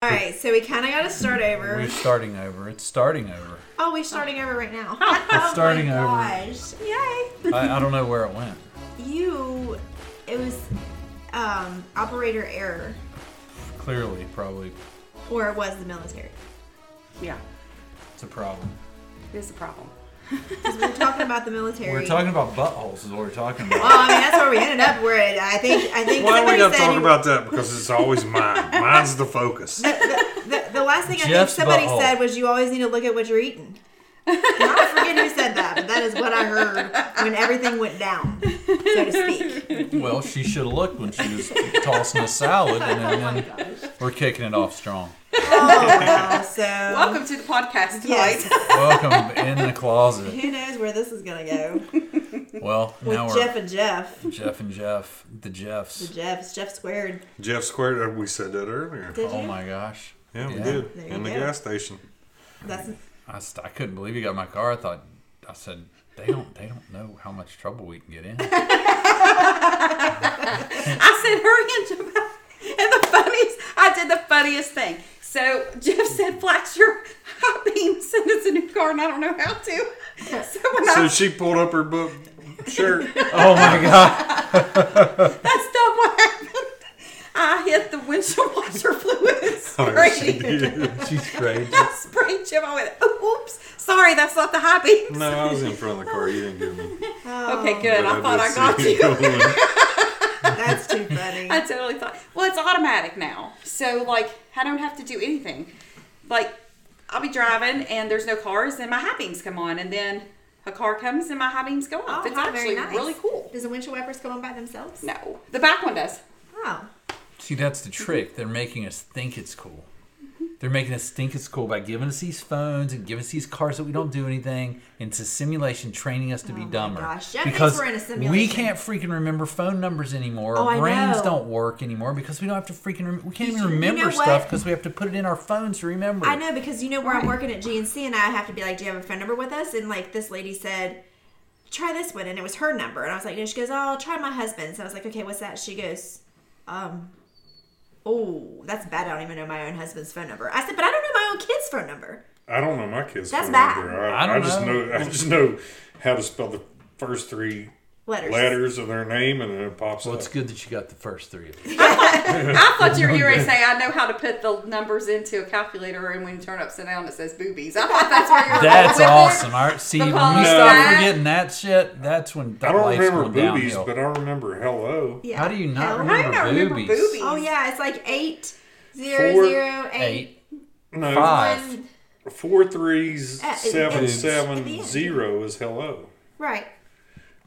All right, so we kind of got to start over. We're starting over. It's starting over. Oh, we're starting over right now. starting over. oh my gosh. Yay. I, I don't know where it went. You, it was um, operator error, Clearly, probably or it was the military. Yeah, it's a problem. it is a problem. We're talking about the military. We're talking about buttholes, is what we're talking Well, about. I mean, that's where we ended up. Where it, I think, I think Why are we somebody not said talking you- about that? Because it's always mine. Mine's the focus. the, the last thing I think Jeff's somebody butthole. said was you always need to look at what you're eating. I forget who said that, but that is what I heard when everything went down, so to speak. well, she should have looked when she was tossing a salad, and then we're kicking it off strong. Oh, well, so Welcome to the podcast tonight. Um, Yes. Welcome in the closet. Who knows where this is gonna go? Well, now With we're Jeff Jeff. and Jeff. and Jeff, the The Jeffs. Jeffs. Jeff squared. Jeff Squared, uh, we said that earlier. Did Oh you? my gosh. Yeah, we Yeah. did. There In you the go. gas station. That's I, st- I couldn't believe he got in my car. I thought, I said, they don't, they don't know how much trouble we can get in. I said, hurry and jump out. And the funniest, I did the funniest thing. So Jeff said, flash your high beam, send us a new car, and I don't know how to. So when I, So she pulled up her book shirt. oh my god. that's not what happened. I hit the windshield washer fluid and Oh, she sprayed him. did. She's crazy. I sprayed Jim. I went, oh, oops, sorry, that's not the high beam. No, I was in front of the car. You didn't give me. Okay, good. I but thought I did got see you. it going. that's too funny. I totally thought, well, it's automatic now. So, like, I don't have to do anything. Like, I'll be driving and there's no cars, and my high beams come on, and then a car comes and my high beams go off. Oh, it's how very actually nice. really cool. Does the windshield wipers come on by themselves? No, the back one does. Oh. See, that's the trick. Mm-hmm. They're making us think it's cool. They're making us think it's cool by giving us these phones and giving us these cars that we don't do anything. And it's a simulation training us to be Oh my dumber. gosh. That means because we're in a we simulation. can't freaking remember phone numbers anymore. Oh, Our I brains know. don't work anymore because we don't have to freaking rem- we can't You- even you remember know stuff what? because we have to put it in our phones to remember. I it. know because you know where I'm working at GNC, and I have to be like, "Do you have a phone number with us?" And like this lady said, "Try this one," and it was her number, and I was like, "No." She goes, "Oh, I'll try my husband's." I was like, "Okay, what's that?" She goes, "Um, oh, that's bad. I don't even know my own husband's phone number." I said, "But I don't know my own kid's phone number." I don't know my kids. That's phone bad. number. I, I don't I just know. know. I just know how to spell the first three Letters. letters of their name, and then it pops Well, up. it's good that you got the first three. Of them. I thought you were going to say, I know how to put the numbers into a calculator, and when you turn it upside down, it says boobies. I thought that's where you were That's going with it. awesome. All right, see, when we Because stop that- forgetting that shit, that's when I that don't life's remember going boobies, downhill. but I remember hello. Yeah. How do Hell, you not I remember, don't remember boobies. Oh yeah, it's like eight zero Four, zero eight Eight, No, five. one. four threes Uh, seven it's- At the seven end. zero is hello. Right.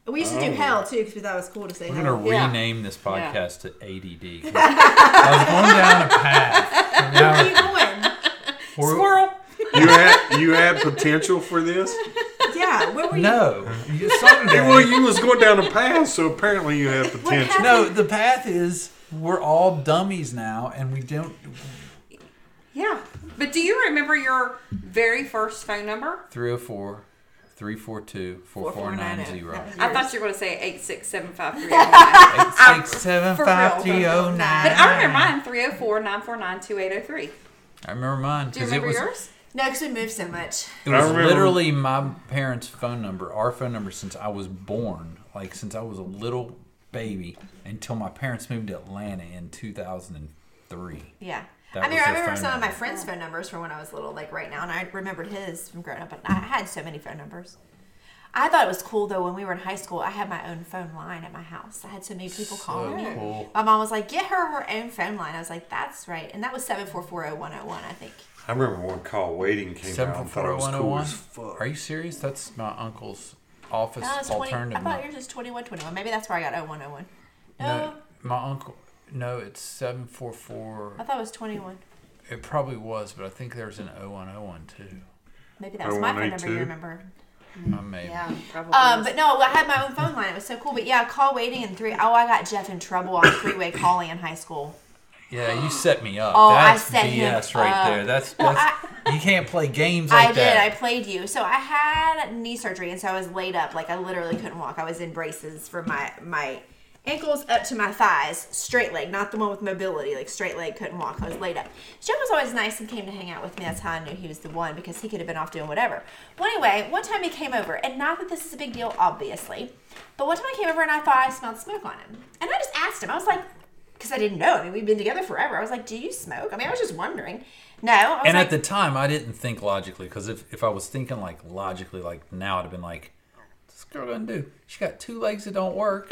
We used to do Oh. hell too because we thought it was cool to say We're gonna hell. Yeah. rename this podcast to ADD. I was going down a path. and now Keep going. we're- Squirrel. You had you had potential for this. Yeah. Where were you? no, you- someday- Well, you was going down a path, so apparently you had potential. happened? no. The path is we're all dummies now, and we don't Yeah. But do you remember your very first phone number? 304 342 4490 I thought you were going to say 8675309. But I remember mine 304 949 2803. I remember mine because Do oh you it remember was yours? No, because we moved so much. it I was remember- literally my parents' phone number, our phone number since I was born, like since I was a little baby until my parents moved to Atlanta in 2003. Yeah. That I mean, was I their remember phone some of my number. friends' phone numbers from when I was little, like right now, and I remembered his from growing up. But I had so many phone numbers. I thought it was cool though when we were in high school. I had my own phone line at my house. I had so many people calling me. cool. My mom was like, "Get her her own phone line." I was like, "That's right," and that was seven four four zero one zero one. I think. I remember one call waiting came out. I thought it was cool as 7440101? fuck. Are you serious? That's my uncle's office That was twenty. I alternative. thought yours was twenty one twenty one. Maybe that's where I got oh one oh one. no, No, my uncle. No, it's 744. I thought it was twenty one. It probably was, but I think there's an 0101 too. Maybe that was my phone number. You 0182? remember? I may. probably. Um, but no, I had my own phone line. It was so cool. But yeah, call waiting and three. Oh, I got Jeff in trouble on three way calling in high school. Yeah, you set me up. Oh, I that's set him BS right up. there. That's, Well, that's you can't play games I like did. that. I played you. So I had knee surgery, and so I was laid up. Like I literally couldn't walk. I was in braces for my my ankles up to my thighs, straight leg, not the one with mobility, like straight leg, couldn't walk. I was laid up. Joe was always nice and came to hang out with me. That's how I knew he was the one because he could have been off doing whatever. Well, anyway, one time he came over, and not that this is a big deal, obviously, but one time I came over and I thought I smelled smoke on him. And I just asked him, I was like, because I didn't know. I mean, we've been together forever. I was like, do you smoke? I mean, I was just wondering. No. I was And like, at the time, I didn't think logically because if, if I was thinking like logically, like now, I'd have been like, this girl doesn't do. She got two legs that don't work.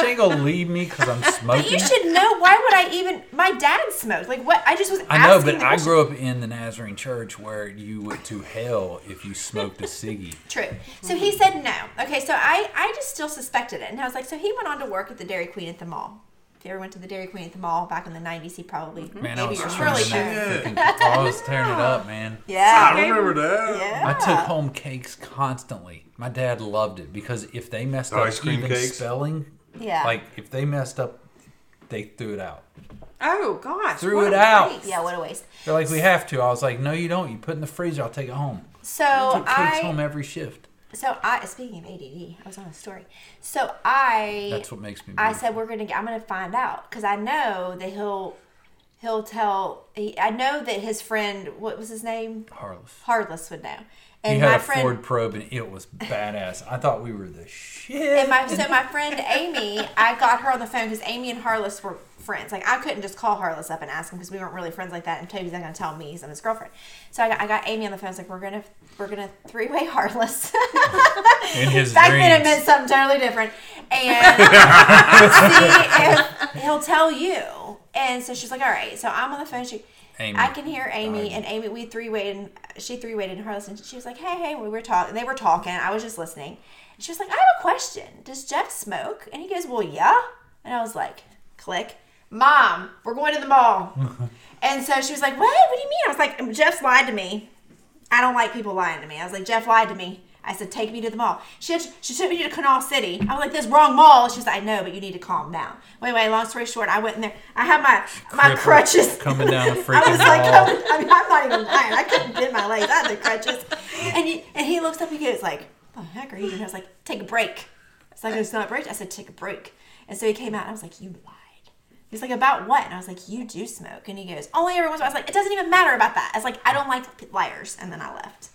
she ain't gonna leave me because I'm But smoking. you should know. Why would I even? My dad smoked. Like what? I just was. I know, asking but the I question. grew up in the Nazarene church where you went to hell if you smoked a ciggy. True. So he said no. Okay, so I I just still suspected it, and I was like, so he went on to work at the Dairy Queen at the mall. If you ever went to the Dairy Queen at the mall back in the '90s, he probably Mm-hmm. Man, I maybe was you're turning surely sure. that freaking guitar. I was tearing it up, man. Yeah. I remember that. Yeah. I took home cakes constantly. My dad loved it because if they messed up Ice cream even cakes? spelling, Yeah. like if they messed up, they threw it out. Oh gosh. Threw what it a out. waste. Yeah. What a waste. They're like, we have to. I was like, no, you don't. You put it in the freezer. I'll take it home. So Took cakes I home every shift. so I speaking of ADD, I was on a story. So I That's what makes me. I move. said we're gonna. I'm gonna find out because I know that he'll he'll tell. He, I know that his friend, what was his name, Harless. Hardless would know. He And had my a friend, Ford Probe and it was badass. I thought we were the shit. and my so my friend Amy, I got her on the phone because Amy and Harless were friends. Like I couldn't just call Harless up and ask him because we weren't really friends like that. And Toby's not gonna tell me he's I'm his girlfriend. So I got, I got Amy on the phone. I was like, we're gonna we're gonna three way Harless. in his Back then, it meant dreams. something totally different. And see if he'll tell you. And so she's like, "All right." So I'm on the phone. She, Amy. I can hear Amy and Amy. We three waited. and She three waited in her listen. She was like, "Hey, hey." We were talking. They were talking. I was just listening. And she was like, "I have a question. Does Jeff smoke?" And he goes, "Well, yeah." And I was like, "Click." Mom, we're going to the mall. and so she was like, What? What do you mean? I was like, Jeff's lied to me. I don't like people lying to me. I was like, Jeff lied to me. I said, take me to the mall. She had, she took me to Canal City. I was like, this wrong mall. She's like, I know, but you need to calm down. Well, anyway, long story short, I went in there. I had my my Crippled, crutches. coming down the I freaking was like, wall. I mean, I'm not even lying. I couldn't bend my legs. I had the crutches. And he, and he looks up. He goes like, what the heck are you doing? I was like, take a break. It's like it's not a break. I said, take a break. And so he came out. and I was like, you lied. He's like, about what? And I was like, you do smoke. And he goes, only every once. in a while." I was like, it doesn't even matter about that. I was like, I don't like liars. And then I left.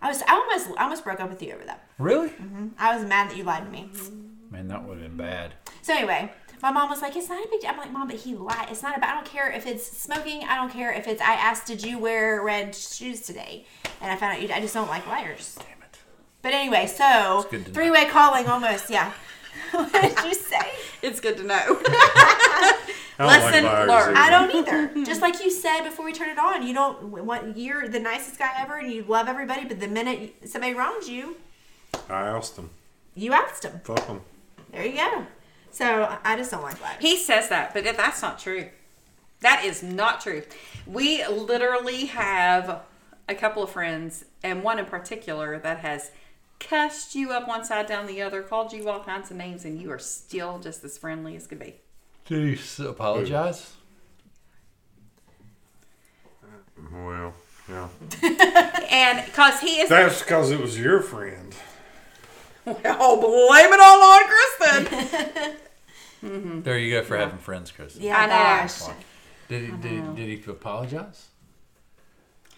I was, I almost, I almost broke up with you over that. Really? I was mad that you lied to me. Man, that would have been bad. So anyway, my mom was like, "It's not a big." deal. I'm like, "Mom, but he lied. It's not about. I don't care if it's smoking. I don't care if it's. I asked, did you wear red shoes today? And I found out you. I just don't like liars. Damn it. But anyway, so good to know. three way calling almost. Yeah. what did you say? It's good to know. I don't Lesson like learned. learned. I don't either. Just like you said before we turned it on, you don't want. You're the nicest guy ever, and you love everybody. But the minute somebody wrongs you, I asked them. you oust them. Fuck them. There you go. So I just don't like liars. He says that, but that's not true. That is not true. We literally have a couple of friends, and one in particular that has cussed you up one side, down the other, called you all kinds of names, and you are still just as friendly as could be. Did he s- apologize? Well, yeah. And because he is, That's because it was your friend. well, blame it all on Kristen. There you go for having friends, Chris. Mm-hmm. Yeah, I know. gosh. Did he, did, did he apologize?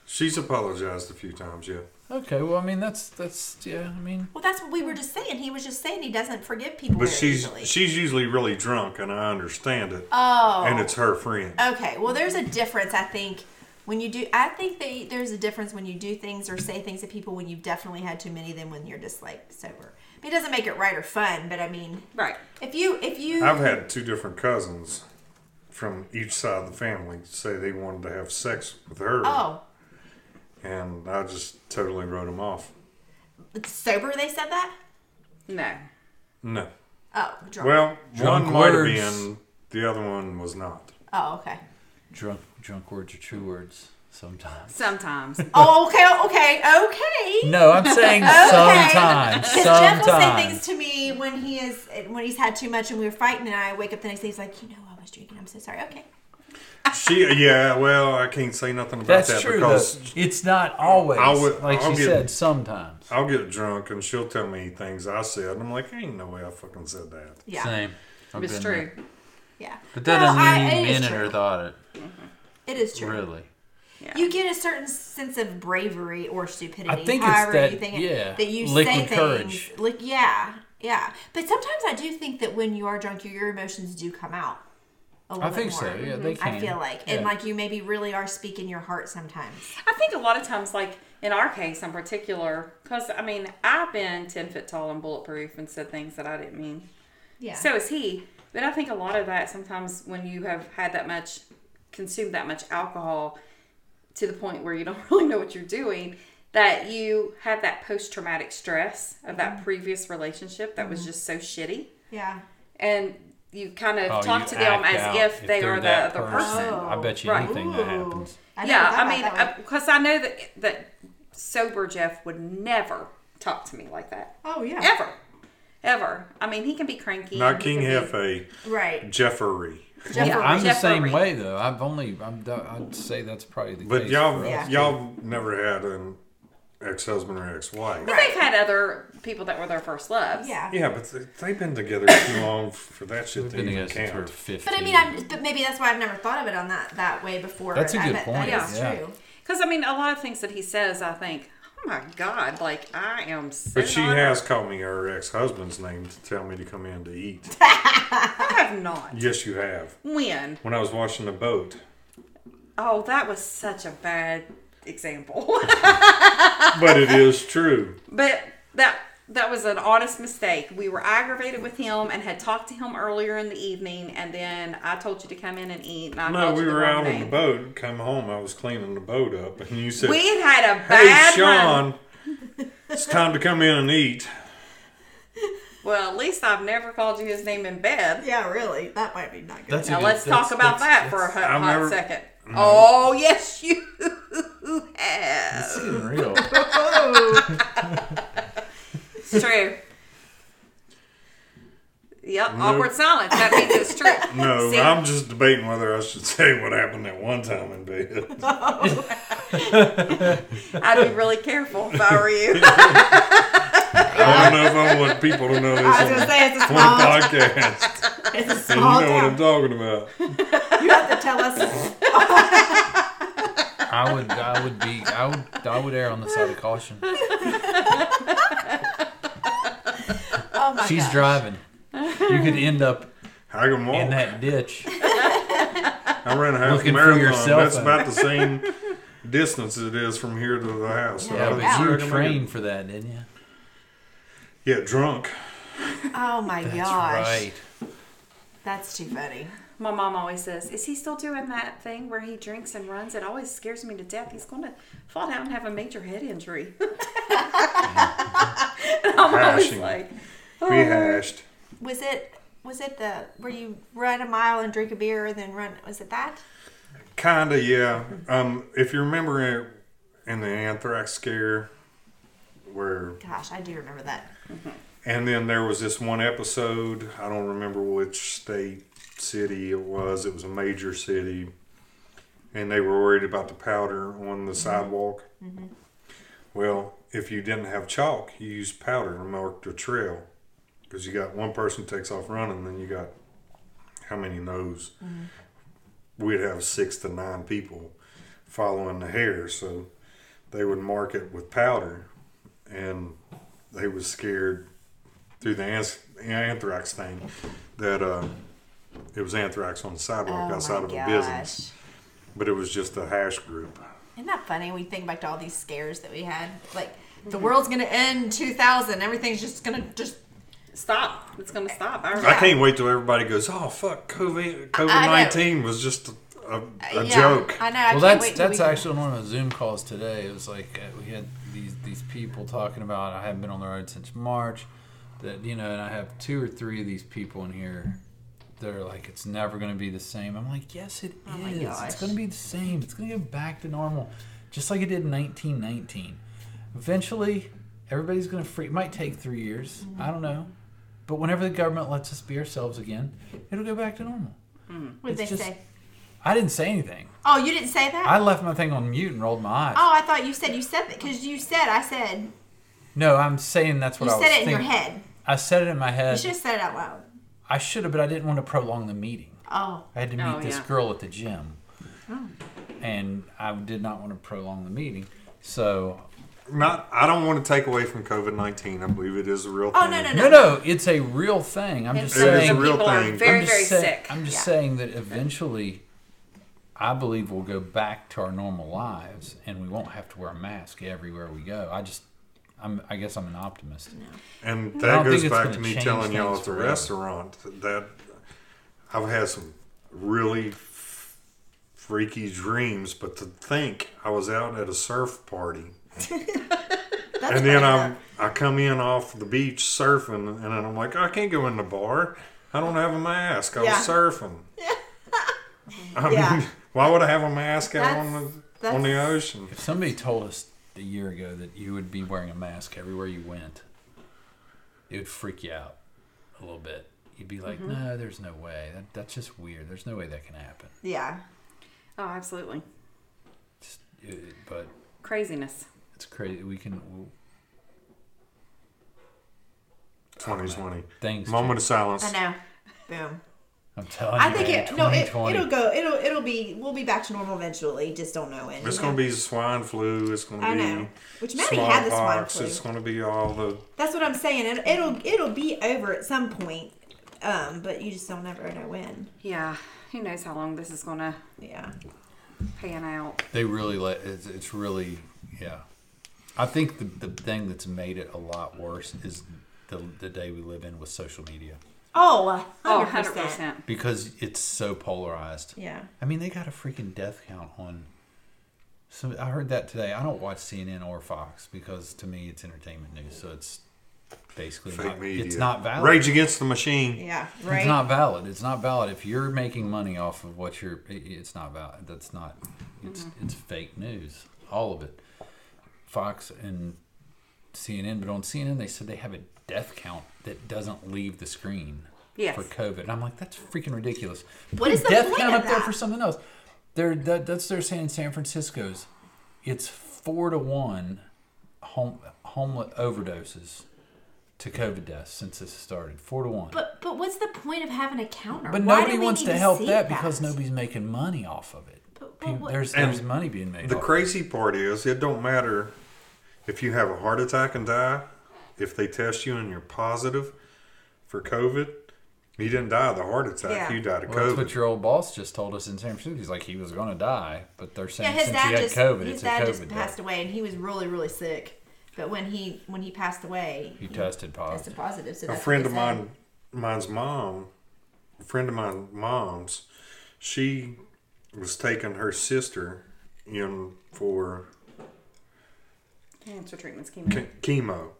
She's apologized a few times, yeah. Okay, well, I mean, that's, that's, yeah, I mean, Well, that's what we were just saying. He was just saying he doesn't forgive people. But very she's easily. she's usually really drunk, and I understand it. Oh. And it's her friend. Okay. Well, there's a difference, I think, when you do. I think that there's a difference when you do things or say things to people when you've definitely had too many of them when you're just like sober. It doesn't make it right or fun, but I mean, right. if you if you I've had two different cousins from each side of the family say they wanted to have sex with her, oh and I just totally wrote them off. sober they said that No. No. oh drunk Well, Drunk one might have words. been, the other one was not. oh okay drunk, drunk words are true words sometimes. Sometimes. oh okay okay okay. No, I'm saying Okay. sometimes. Because Jeff will say Sometimes. things to me when he is when he's had too much and we were fighting and I wake up the next day he's like you know I was drinking I'm so sorry okay She, yeah, well, I can't say nothing about That's that true. though. because It's not always I would- like I'll she get- said. Sometimes. I'll get drunk and she'll tell me things I said. and I'm like, ain't no way I fucking said that. Yeah. Same. I've It's been true. there. Yeah. But that No, doesn't I- mean it you is meant it or true. thought it. It is true. Really. You get a certain sense of bravery or stupidity, I think it's however that- you think it, yeah, that you say liquid things. courage. Like yeah, yeah. But sometimes I do think that when you are drunk, your, your emotions do come out. A little I think bit so. more. Yeah, they can. I feel like, and Yeah. like you maybe really are speaking your heart sometimes. I think a lot of times, like in our case in particular, because I mean, I've been 10 foot tall and bulletproof and said things that I didn't mean. Yeah. So is he. But I think a lot of that sometimes when you have had that much, consumed that much alcohol to the point where you don't really know what you're doing, that you have that post traumatic stress of that previous relationship that was just so shitty. yeah. And you kind of Oh, talk you to them act as out if they they're are the that other person. Oh. I bet you Right. anything that happens. I never Yeah, thought I about it that way. mean, because I know that that sober Jeff would never talk to me like that oh yeah, ever, ever. I mean, he can be cranky. Not and he King can be- Hefe, right. Jeffery. Jeffrey. Yeah. I'm the Jeffrey. same way though. I've only I'm, do- I'd say that's probably the But case y'all, for us. Yeah. y'all never had an ex-husband or ex-wife. But They've had other people that were their first loves. yeah. Yeah, but they- they've been together too long for that shit We've to been even together since we were count. 15. But I mean, I'm, but maybe that's why I've never thought of it on that that way before. That's a I good bet point, That is yeah. true. Because I mean, a lot of things that he says, I think, oh my god, like I am. So But she not- has called me her ex-husband's name to tell me to come in to eat. I have not. yes, you have. When? When I was washing the boat. Oh, that was such a bad example. But it is true. But that that was an honest mistake. We were aggravated with him and had talked to him earlier in the evening, and then I told you to come in and eat. And I No, called we you the were wrong out on the name. boat. Come home, I was cleaning the boat up, and you said, We had had a "Hey, bad run. Sean, it's time to come in and eat." Well, at least I've never called you his name in bed. Yeah, really. That might be not good. That's a Now good- let's that's- talk about that's- that for a hot, I've hot never- second. Mm-hmm. Oh yes, you have. that's getting real. It's true. Yep, awkward silence. That means it's true. No, See? I'm just debating whether I should say what happened that one time in bed. I'd be really careful if I were you. I don't know if I want people to know this I was on gonna say it's a one small, podcast. it's a And you small know what I'm town. talking about. You have to tell us. I would I would be I would I would err on the side of caution. Oh my She's God. driving. You could end up I can walk. in that ditch. I ran a half Looking for marathon. your cell That's phone. about the same distance it is from here to the house. Yeah, I but you were reckon I could- trained for that, didn't you? Yeah, drunk. Oh my That's gosh. right. That's too funny. My mom always says, "Is he still doing that thing where he drinks and runs? It always scares me to death. He's going to fall down and have a major head injury." and I'm always Crashing. like, Oh. We hashed. Was it? Was it the where you run a mile and drink a beer and then run? Was it that? Kinda, yeah. Um, if you remember it in the anthrax scare, where Gosh, I do remember that. and then there was this one episode. I don't remember which state city it was. It was a major city, and they were worried about the powder Mm-hmm. on the sidewalk. Well, if you didn't have chalk, you used powder to mark the trail, because you got one person takes off running, then you got how many knows? Mm-hmm. We'd have six to nine people following the hare, so they would mark it with powder, and they was scared through the ans- anthrax thing that uh, it was anthrax on the sidewalk oh outside my of gosh. a business, but it was just a hash group. Isn't that funny? We think back to all these scares that we had. Like Mm-hmm. the world's gonna end 2000. Everything's just gonna just. "Stop! It's going to stop." I I remember. can't wait till everybody goes, oh fuck, COVID I- I nineteen was just a, a, a yeah, joke. I know. I well, can't that's wait till we that's can- actually on one of the Zoom calls today. It was like uh, we had these these people talking about I haven't been on the road since March. That you know, and I have two or three of these people in here. They're like, it's never going to be the same. I'm like, yes, it is. Oh my gosh. It's going to be the same. It's going to go back to normal, just like it did in 1919. Eventually, everybody's going to free. It might take three years. Mm-hmm. I don't know. But whenever the government lets us be ourselves again, it'll go back to normal. What'd It's they just- say? I didn't say anything. Oh, you didn't say that? I left my thing on mute and rolled my eyes. oh, I thought you said you said that because you said I said No, I'm saying that's what you I was said it in thinking. your head. I said it in my You head. should have said it out loud. I should have, but I didn't want to prolong the meeting. Oh, I had to meet Oh, this yeah. girl at the gym, and I did not want to prolong the meeting. So Not, I don't want to take away from COVID nineteen. I believe it is a real thing. oh no no no no, no, it's a real thing. I'm And just some of It is the a saying. real people are thing. I'm very, just very say- sick. I'm just Yeah. saying that eventually, I believe we'll go back to our normal lives, and we won't have to wear a mask everywhere we go. I just, I'm, I guess I'm an optimist. And don't that think goes it's back gonna to me change telling y'all things at the forever. restaurant that I've had some really f- freaky dreams, but to think I was out at a surf party. and then um, I'm, I come in off the beach surfing, and then I'm like, I can't go in the bar. I don't have a mask. I Yeah. was surfing. I mean, Yeah. why would I have a mask out That's- on the, on the that's- ocean? If somebody told us a year ago that you would be wearing a mask everywhere you went, it would freak you out a little bit. You'd be Mm-hmm. like, "No, there's no way. That, that's just weird. There's no way that can happen." yeah. Oh, absolutely. Just, it, but Craziness. it's crazy. We can. 2020. Thanks, Moment of silence. I know. Boom. I'm telling you. I think man, it no it, 2020. it'll go it'll it'll be we'll be back to normal eventually. Just don't know it. It's you going know? to be swine flu. It's going to be. I know. Which Maddie had the swine Smallpox, flu. It's going to be all the. That's what I'm saying. It, it'll it'll be over at some point. Um, but you just don't ever know when. Yeah. Who knows how long this is going to Yeah. pan out. They really let. It's, it's really. Yeah. I think the, the thing that's made it a lot worse is the, the day we live in with social media Oh, Oh, 100%. 100%. because it's so polarized. Yeah. I mean, they got a freaking death count on. So I heard that today. I don't watch CNN or Fox because to me it's entertainment news, so it's basically Fake not, media. it's not valid. Rage Against the Machine. Yeah. Right. It's not valid. It's not valid. If you're making money off of what you're, i- i- it's not valid. That's not. It's it's fake news. All of it. Fox and CNN, but on CNN they said they have a death count that doesn't leave the screen Yes. for COVID. And I'm like, that's freaking ridiculous. What is the death point count of up there that? for something else? They're that, that's they're saying in San Francisco's. It's four to one, home homeless overdoses to COVID deaths since this started. Four to one. But but what's the point of having a counter? But Why do nobody we wants need to help see that, because nobody's making money off of it. But- but People- what- there's And there's money being made. The off crazy part is, it don't matter if you have a heart attack and die. If they test you and you're positive for COVID, you didn't die of the heart attack. Yeah. You Of died of it. Well, that's COVID. what your old boss just told us in San Francisco. He's like he was going to die, but they're Yeah, saying his since he dad had just COVID, his it's a dad just COVID passed death. away, and he was really really sick. But when he when he passed away, He tested tested positive. positive. So a that's what friend they of said. mine, mine's mom, a friend of mine, mom's, she was taking her sister in for Cancer treatments came out. che- chemo,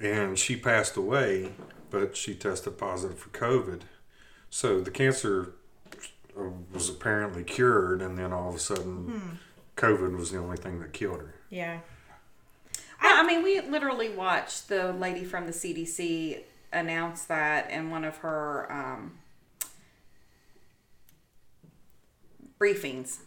and she passed away, but she tested positive for COVID. So the cancer uh, was apparently cured, and then all of a Hmm. sudden, COVID was the only thing that killed her. Yeah. I, I mean, we literally watched the lady from the CDC announce that in one of her um, briefings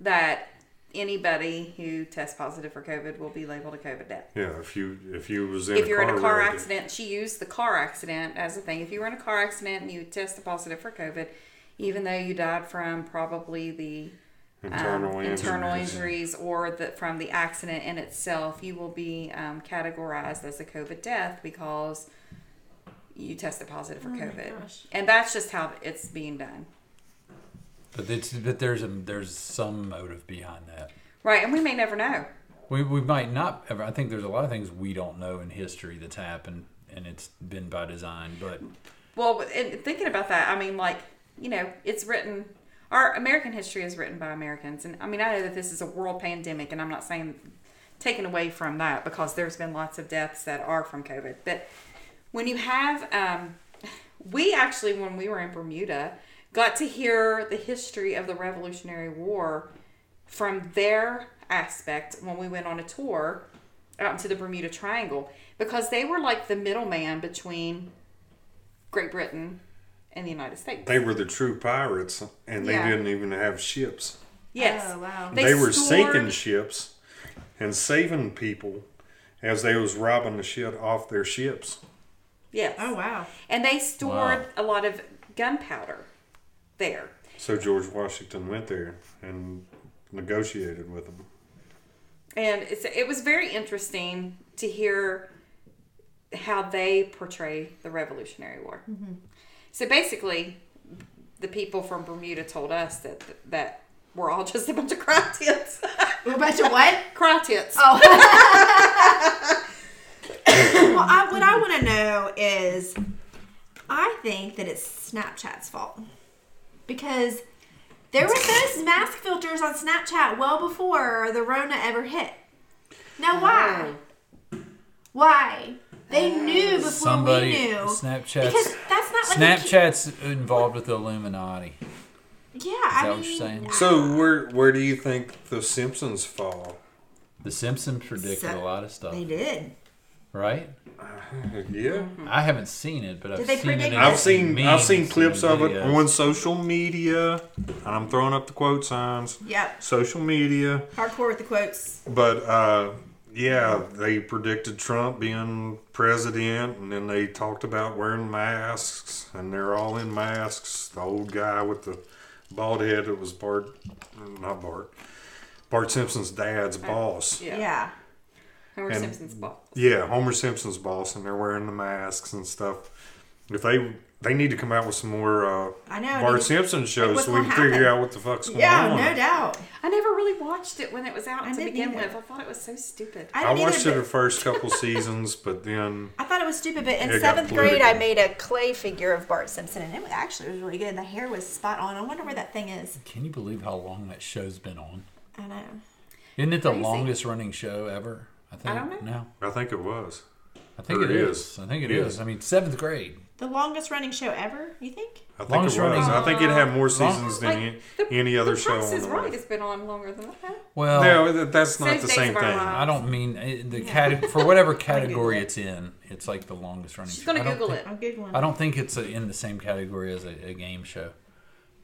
that anybody who tests positive for COVID will be labeled a COVID death. Yeah, if you if you was in If you're in a car wreck, accident, she used the car accident as a thing. If you were in a car accident and you tested positive for COVID, even though you died from probably the internal um, injuries. internal injuries or the, from the accident in itself, you will be um, categorized as a COVID death because you tested positive for COVID. gosh. And that's just how it's being done. But it's, but there's a, there's some motive behind that. Right. And we may never know. We, we might not ever. I think there's a lot of things we don't know in history that's happened, and it's been by design. But Well, and thinking about that, I mean, like, you know, it's written, our American history is written by Americans. And I mean, I know that this is a world pandemic, and I'm not saying taken away from that because there's been lots of deaths that are from COVID. But when you have, um, we actually, when we were in Bermuda, got to hear the history of the Revolutionary War from their aspect when we went on a tour out into the Bermuda Triangle because they were like the middleman between Great Britain in the United States. They were the true pirates, and they Yeah. didn't even have ships. yes. Oh, wow. They, were stored- sinking ships and saving people as they was robbing the shit off their ships. Yes. Oh wow. And they stored Wow. a lot of gunpowder there. So George Washington went there and negotiated with them. And it's, it was very interesting to hear how they portray the Revolutionary War. So basically, the people from Bermuda told us that that we're all just a bunch of cry tits. We're about to what? cry tits. Oh. well, I, what I want to know is, I think that it's Snapchat's fault because there was those mask filters on Snapchat well before the Rona ever hit. Now, why? Why? They knew before Somebody we knew. Snapchat's because that's not like a- Snapchat's involved with the Illuminati. yeah, I that mean, what you're saying? So where where do you think the Simpsons fall? The Simpsons predicted So- a lot of stuff, they did. right? Yeah. I haven't seen it, but I've Did they seen it. predict in it? I've seen memes I've seen and clips of it videos. on social media. I'm throwing up the quote signs. Yep. Social media. Hardcore with the quotes. But uh, yeah, they predicted Trump being president, and then they talked about wearing masks, and they're all in masks. The old guy with the bald head that was Bart, not Bart, Bart Simpson's dad's boss. Yeah. Yeah. yeah. Homer And- Simpson's ball. Yeah, Homer Simpson's boss, and they're wearing the masks and stuff. If they they need to come out with some more uh, I know, Bart dude. Simpson shows what's so we can gonna figure happen? out what the fuck's Oh, going Yeah, on. no doubt. I never really watched it when it was out I to didn't begin either. with. I thought it was so stupid. I, I didn't either, watched it but- the first couple seasons, but then I thought it was stupid, but in It got seventh grade, I political. made a clay figure of Bart Simpson, and it was actually was really good. The hair was spot on. I wonder where that thing is. Can you believe how long that show's been on? I know. Isn't it the Crazy. longest running show ever? I think. don't know. No, I think it was. I think Or it it is. is. I think it Yeah. is. I mean, seventh grade. The longest running show ever, you think? I think Longest it was. running- uh, I think it had more seasons than Like, any, any other the show Price on is the right. right. It's been on longer than that. Well, No, that- that's not Same the Days same of Our thing. Lives. I don't mean it- the cat for whatever category it's in. It's like the longest running. She's gonna show. I don't Google think- it. I'm googling. I don't think it's a, in the same category as a, a game show.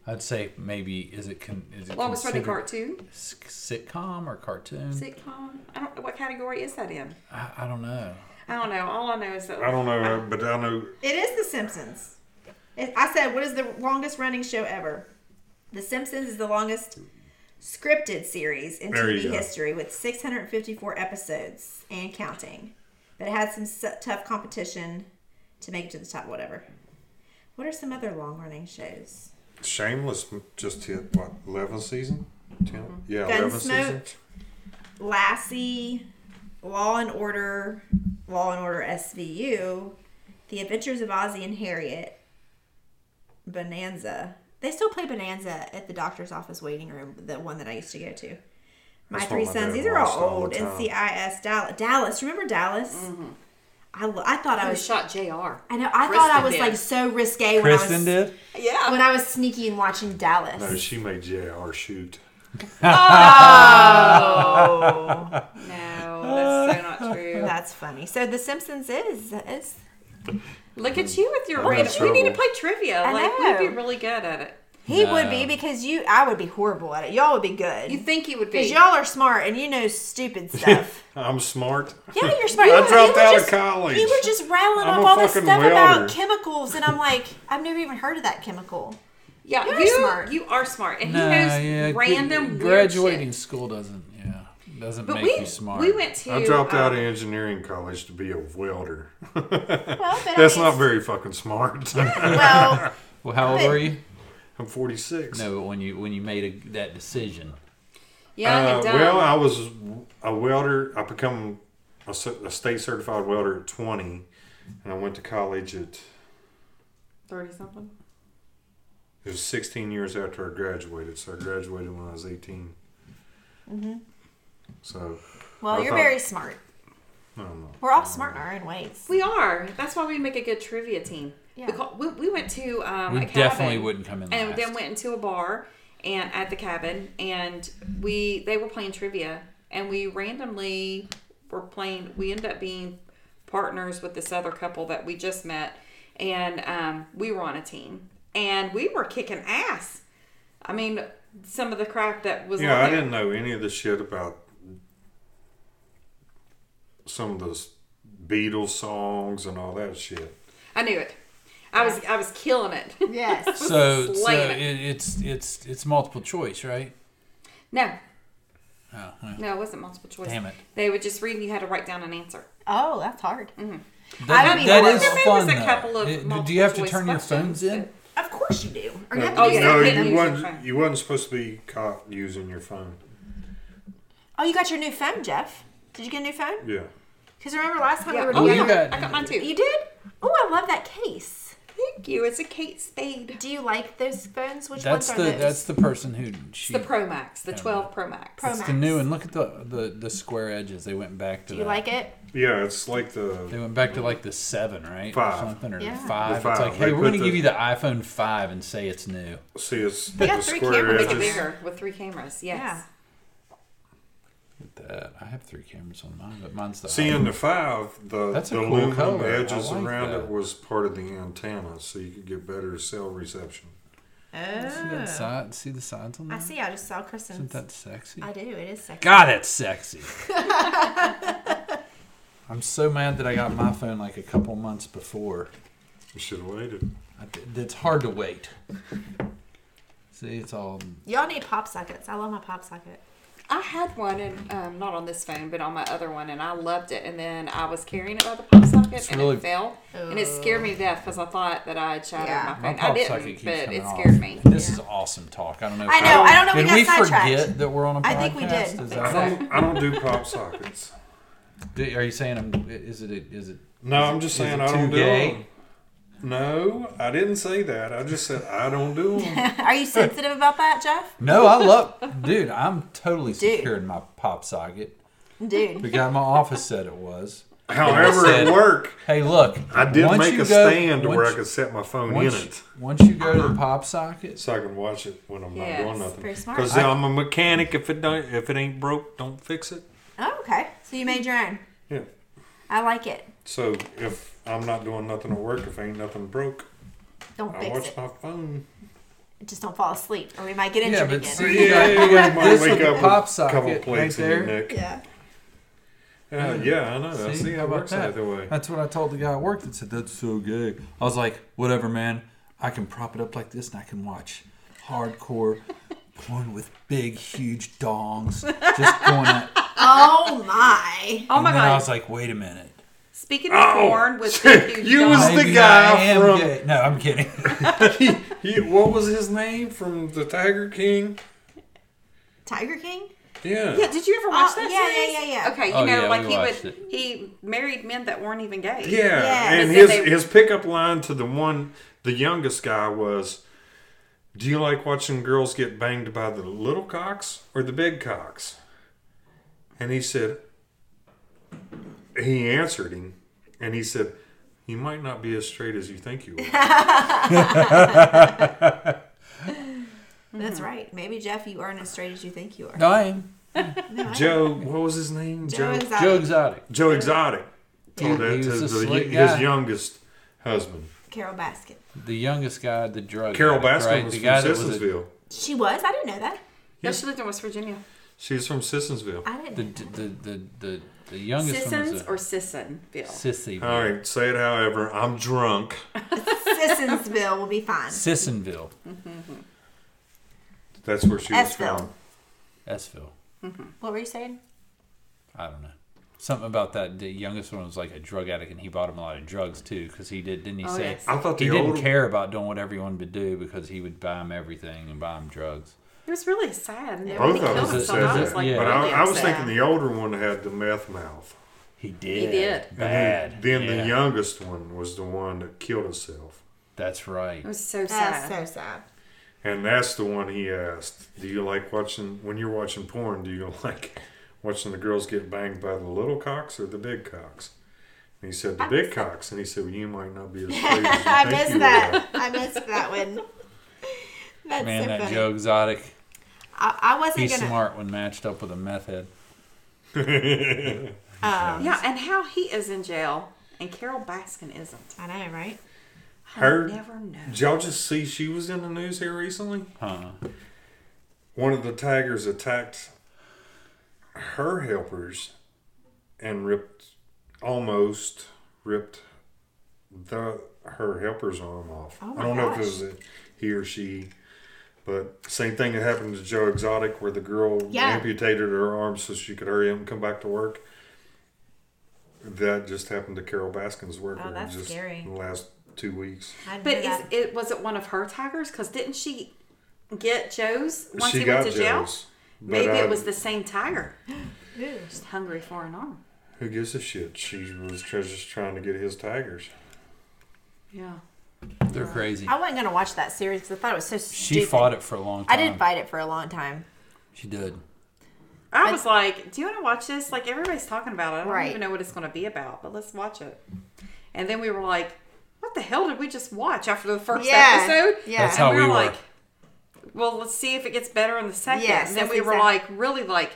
I'd say maybe is it con, is it Longest running considered cartoon s- sitcom or cartoon? sitcom. I don't. What category is that in? I, I don't know. I don't know. All I know is that I don't know, but I know It is The Simpsons. It, I said, what is the longest running show ever? The Simpsons is the longest scripted series in There you TV go. history with 654 episodes and counting. But it had some s- tough competition to make it to the top, whatever. What are some other long running shows? Shameless just hit what eleventh season, Mm-hmm. 10 yeah, eleventh season. Gunsmoke, Lassie, Law and Order, Law and Order SVU, The Adventures of Ozzie and Harriet, Bonanza. They still play Bonanza at the doctor's office waiting room, the one that I used to go to. My That's what Three my Sons. dad These are all watched all the old. time. Mm-hmm. NCIS, Dallas. Dallas. Remember Dallas? I, lo- I thought I I was. Oh, shot Jr. I know. I thought I Kristen was did. like so risque when I was Kristen did. Yeah. when I was sneaky and watching Dallas. No, she made JR shoot. Oh, No, that's so not true. that's funny. So The Simpsons is is Look at you with your I'm in random. We need to trouble. play trivia. I like know. we'd be really good at it. He No. would be because you. I would be horrible at it. Y'all would be good You think you would be? because y'all are smart and you know stupid stuff. I'm smart. yeah, you're smart. I You were- dropped you were out of just- college. You were just rattling I'm up a all this fucking stuff about welder. chemicals, and I'm like, I've never even heard of that chemical. yeah, you're you, smart. You are smart, and Nah, he knows yeah, random gra- weird graduating shit. school doesn't yeah doesn't But make we you smart. we went to. I dropped out um, of engineering college to be a welder. Well, but I That's mean, not very fucking smart. Well, Well, how old but- were you? I'm 46. No, but when you when you made a, that decision, Young Uh, and um, dumb. well, I was a welder. I become a, cer- a state certified welder at 20, and I went to college at Thirty something. it was 16 years after I graduated. So I graduated when I was 18. So well, I you're thought- very smart. I don't know. We're all smart in our own ways. We are. That's why we make a good trivia team. Yeah. Because we, we went to um, we a definitely cabin wouldn't come in and last. then went into a bar and at the cabin and we they were playing trivia and we randomly were playing. We ended up being partners with this other couple that we just met and um, we were on a team and we were kicking ass. I mean, some of the crap that was Yeah, on I there. didn't know any of the shit about some of those Beatles songs and all that shit. I knew it. I was I was killing it. Yes. So, so Slaying it, it's it's it's multiple choice, right? no, Oh, yeah. no, it wasn't multiple choice. Damn it. They would just read and you had to write down an answer. Oh, that's hard. That- don't even that know. is There may fun. was a though. couple of It- do multiple you have to choice turn your questions, phones in? Of course you do. Or you have to Oh, do yeah. Uh, No, something. Use you your wasn't, phone. you wasn't supposed to be caught using your phone. Oh, you got your new phone, Jeff. Did you get a new phone? Yeah. Because remember last time Yeah. we were Oh, together. you got- I got mine too. You did? Oh, I love that case. Thank you. It's a Kate Spade. Do you like those phones? Which That's ones the are those? that's the person who she. It's the Pro Max, the 12 Pro Max. Pro it's the Max. new and look at the, the the square edges. They went back to Do you that. like it? Yeah, it's like They the. went back to like the seven, right? Five. Or something or Yeah. five. The It's five. like, They hey, we're put gonna the- give you the iPhone five and say it's new. See, it's They got the three square cameras Make Yes. it edges. bigger with three cameras. Yes. Yeah. Look at that. I have three cameras on mine, but mine's the. Seeing the five, the That's a the cool aluminum color. I edges like around that. it was part of the antenna, so you could get better cell reception. See that side? See the sides on Oh, I that? see. I just saw Kristen's. Isn't that sexy? I do. It is sexy. God, it's sexy. I'm so mad that I got my phone like a couple months before. You should have waited. I th- It's hard to wait. See, it's all. Y'all need pop sockets. I love my pop socket. I had one, and um, not on this phone, but on my other one, and I loved it. And then I was carrying it by the pop socket, and really- it fell, and it scared me to death because I thought that I had shattered Yeah. my My phone. I pop socket didn't, keeps but coming it off. scared me. This is awesome talk. I don't know. if I know. I don't know. Did we we, got sidetracked. forget that we're on a podcast? I think we did. Is I that don't. I don't do pop sockets. Did- Are you saying I'm? Is it? Is it? No, is I'm it- just is saying it I too don't do gay? them. No, I didn't say that. I just said I don't do them. Are you sensitive about that, Jeff? No, I love, dude. I'm totally Dude. secure in my pop socket. The Dude. guy in my office said it was. However, said- at work, Hey, look. I did once make you a go- stand to once where I you- could set my phone in Once, it, once you go to the pop socket, so I can watch it when I'm Yes, not doing very nothing. smart. Because I'm a mechanic. If it don't, if it ain't broke, don't fix it. Oh, okay. So you made your own. Yeah. I like it. So if I'm not doing nothing at work, if ain't nothing broke, Don't I fix watch it. my phone. Just don't fall asleep, or we might get yeah, injured but again. see, you got, you got Might this wake with the up with pop a couple socket right plates in your there. neck. yeah. Yeah, yeah, I know. I see how it about works that? either way. That's what I told the guy at work that said that's so gay. I was like, whatever, man. I can prop it up like this, and I can watch hardcore porn with big, huge dongs just going up. Oh my. Oh and my then I god! was Oh, like, wait a minute. Speaking of porn with big huge You was dogs, the Maybe guy I am from- gay. No, I'm kidding. He, what was his name from the Tiger King? Tiger King? Yeah. Yeah, did you ever watch Oh, that? yeah, series? yeah, yeah, yeah. Okay, you Oh, know, yeah, like we he watched would, it. he married men that weren't even gay. Yeah, Yeah. and But his then they- his pickup line to the one the youngest guy was, "Do you like watching girls get banged by the little cocks or the big cocks?" And he said, he answered him, and he said, "You might not be as straight as you think you are." Mm-hmm. That's right. Maybe, Jeff, you aren't as straight as you think you are. No, I am. Joe, what was his name? Joe Joe Joe, Exotic. Joe Exotic. Exotic. Told Yeah. that He was to a the- slick his guy. youngest husband. Carol Baskin. The youngest guy, the drug. Carol addict, Baskin right? was the from guy that was a, Sissonsville. She was? I didn't know that. Yeah, she lived in West Virginia. She's from Sissonsville. I didn't. the, the, the, the, the youngest one was Sissons a or Sissonville? sissy. All right, say it however. I'm drunk. Sissonsville will be fine. Sissonville, That's where she was Asheville. from. Sville. Mm-hmm. What were you saying? I don't know. Something about that. The youngest one was like a drug addict, and he bought him a lot of drugs too, because he did. Didn't he Oh, say yes. I thought the he didn't old- care about doing what everyone would do because he would buy him everything and buy him drugs. It was really sad. and They Both really of killed us them have himself. said sometimes, I that. was like, Yeah. But I, really I was upset. thinking the older one had the meth mouth. He did. did. And then- Bad. Then Yeah. the youngest one was the one that killed herself. That's right. It was so That's sad. so sad. And that's the one he asked, Do you like watching, when you're watching porn, do you like watching the girls get banged by the little cocks or the big cocks? And he said, The big cocks. And he said, Well, you might not be as straight as you I think missed you that. I missed that one. That's Man, so that funny. Joe Exotic. I, I wasn't He's gonna. smart when matched up with a meth head. Yeah, and how he is in jail and Carol Baskin isn't. I know, right? Her- I never know. Did y'all just see she was in the news here recently? Huh. One of the tigers attacked her helpers and ripped, almost ripped the her helper's arm off. Oh my I don't know if it gosh. was a he or she, but same thing that happened to Joe Exotic where the girl Yeah. amputated her arm so she could hurry up and come back to work. That just happened to Carol Baskin's worker in Oh, that's just scary. the last two weeks. I didn't But know is that. it was it one of her tigers? Because didn't she get Joe's once she he got went to jail? Joe's, but Maybe I- it was the same tiger. Ooh. Just hungry for an arm. Who gives a shit? She was tr- just trying to get his tigers. Yeah. They're crazy. I wasn't gonna watch that series because I thought it was so She stupid. fought it for a long I time. did fight it for a long time. She did. I was like, do you want to watch this? Like everybody's talking about it. I don't Right. even know what it's going to be about, but let's watch it. And then we were like, what the hell did we just watch after the first Yeah. episode? Yeah. That's And how we were. like, well, let's see if it gets better in the second. Yes, and then that's we were exact- like, really like,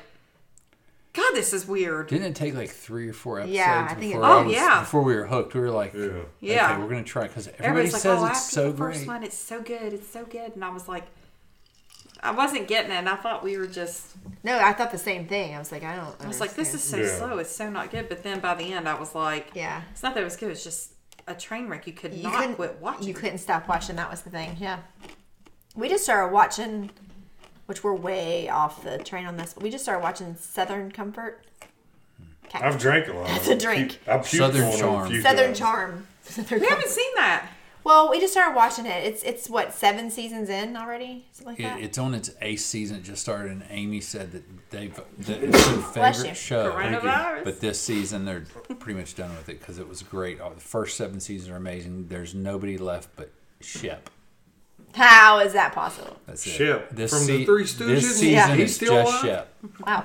God, this is weird. Didn't it take like three or four episodes Yeah, I think it before was- I Oh, was- yeah. before we were hooked? We were like, Yeah. Yeah. okay, we're gonna try because everybody Everybody's like, says oh, it's after so the first great. one, it's so good, it's so good. And I was like, I wasn't getting it. And I thought we were just, No, I thought the same thing. I was like, I don't. I was like, this is so Yeah. slow. It's so not good. But then by the end, I was like, Yeah. It's not that it was good. It's just a train wreck. You could You not couldn't quit watching. You couldn't stop watching. That was the thing. Yeah. We just started watching, which we're way off the train on this, but we just started watching Southern Comfort. I've drank a lot. That's a drink. I puked Southern on it a charm. few Southern times. Charm. Southern We Charm. haven't seen that. Well, we just started watching it. It's it's what seven seasons in already, something like that. It, it's on its eighth season. It just started, and Amy said that they've that it's their you. favorite show. Thank you. Coronavirus. But this season, they're pretty much done with it because it was great. All, the first seven seasons are amazing. There's nobody left but Shep. How is that possible? That's Shep it. This from the se- Three This Stooges? season Yeah. He's is still just alive? Shep. Wow.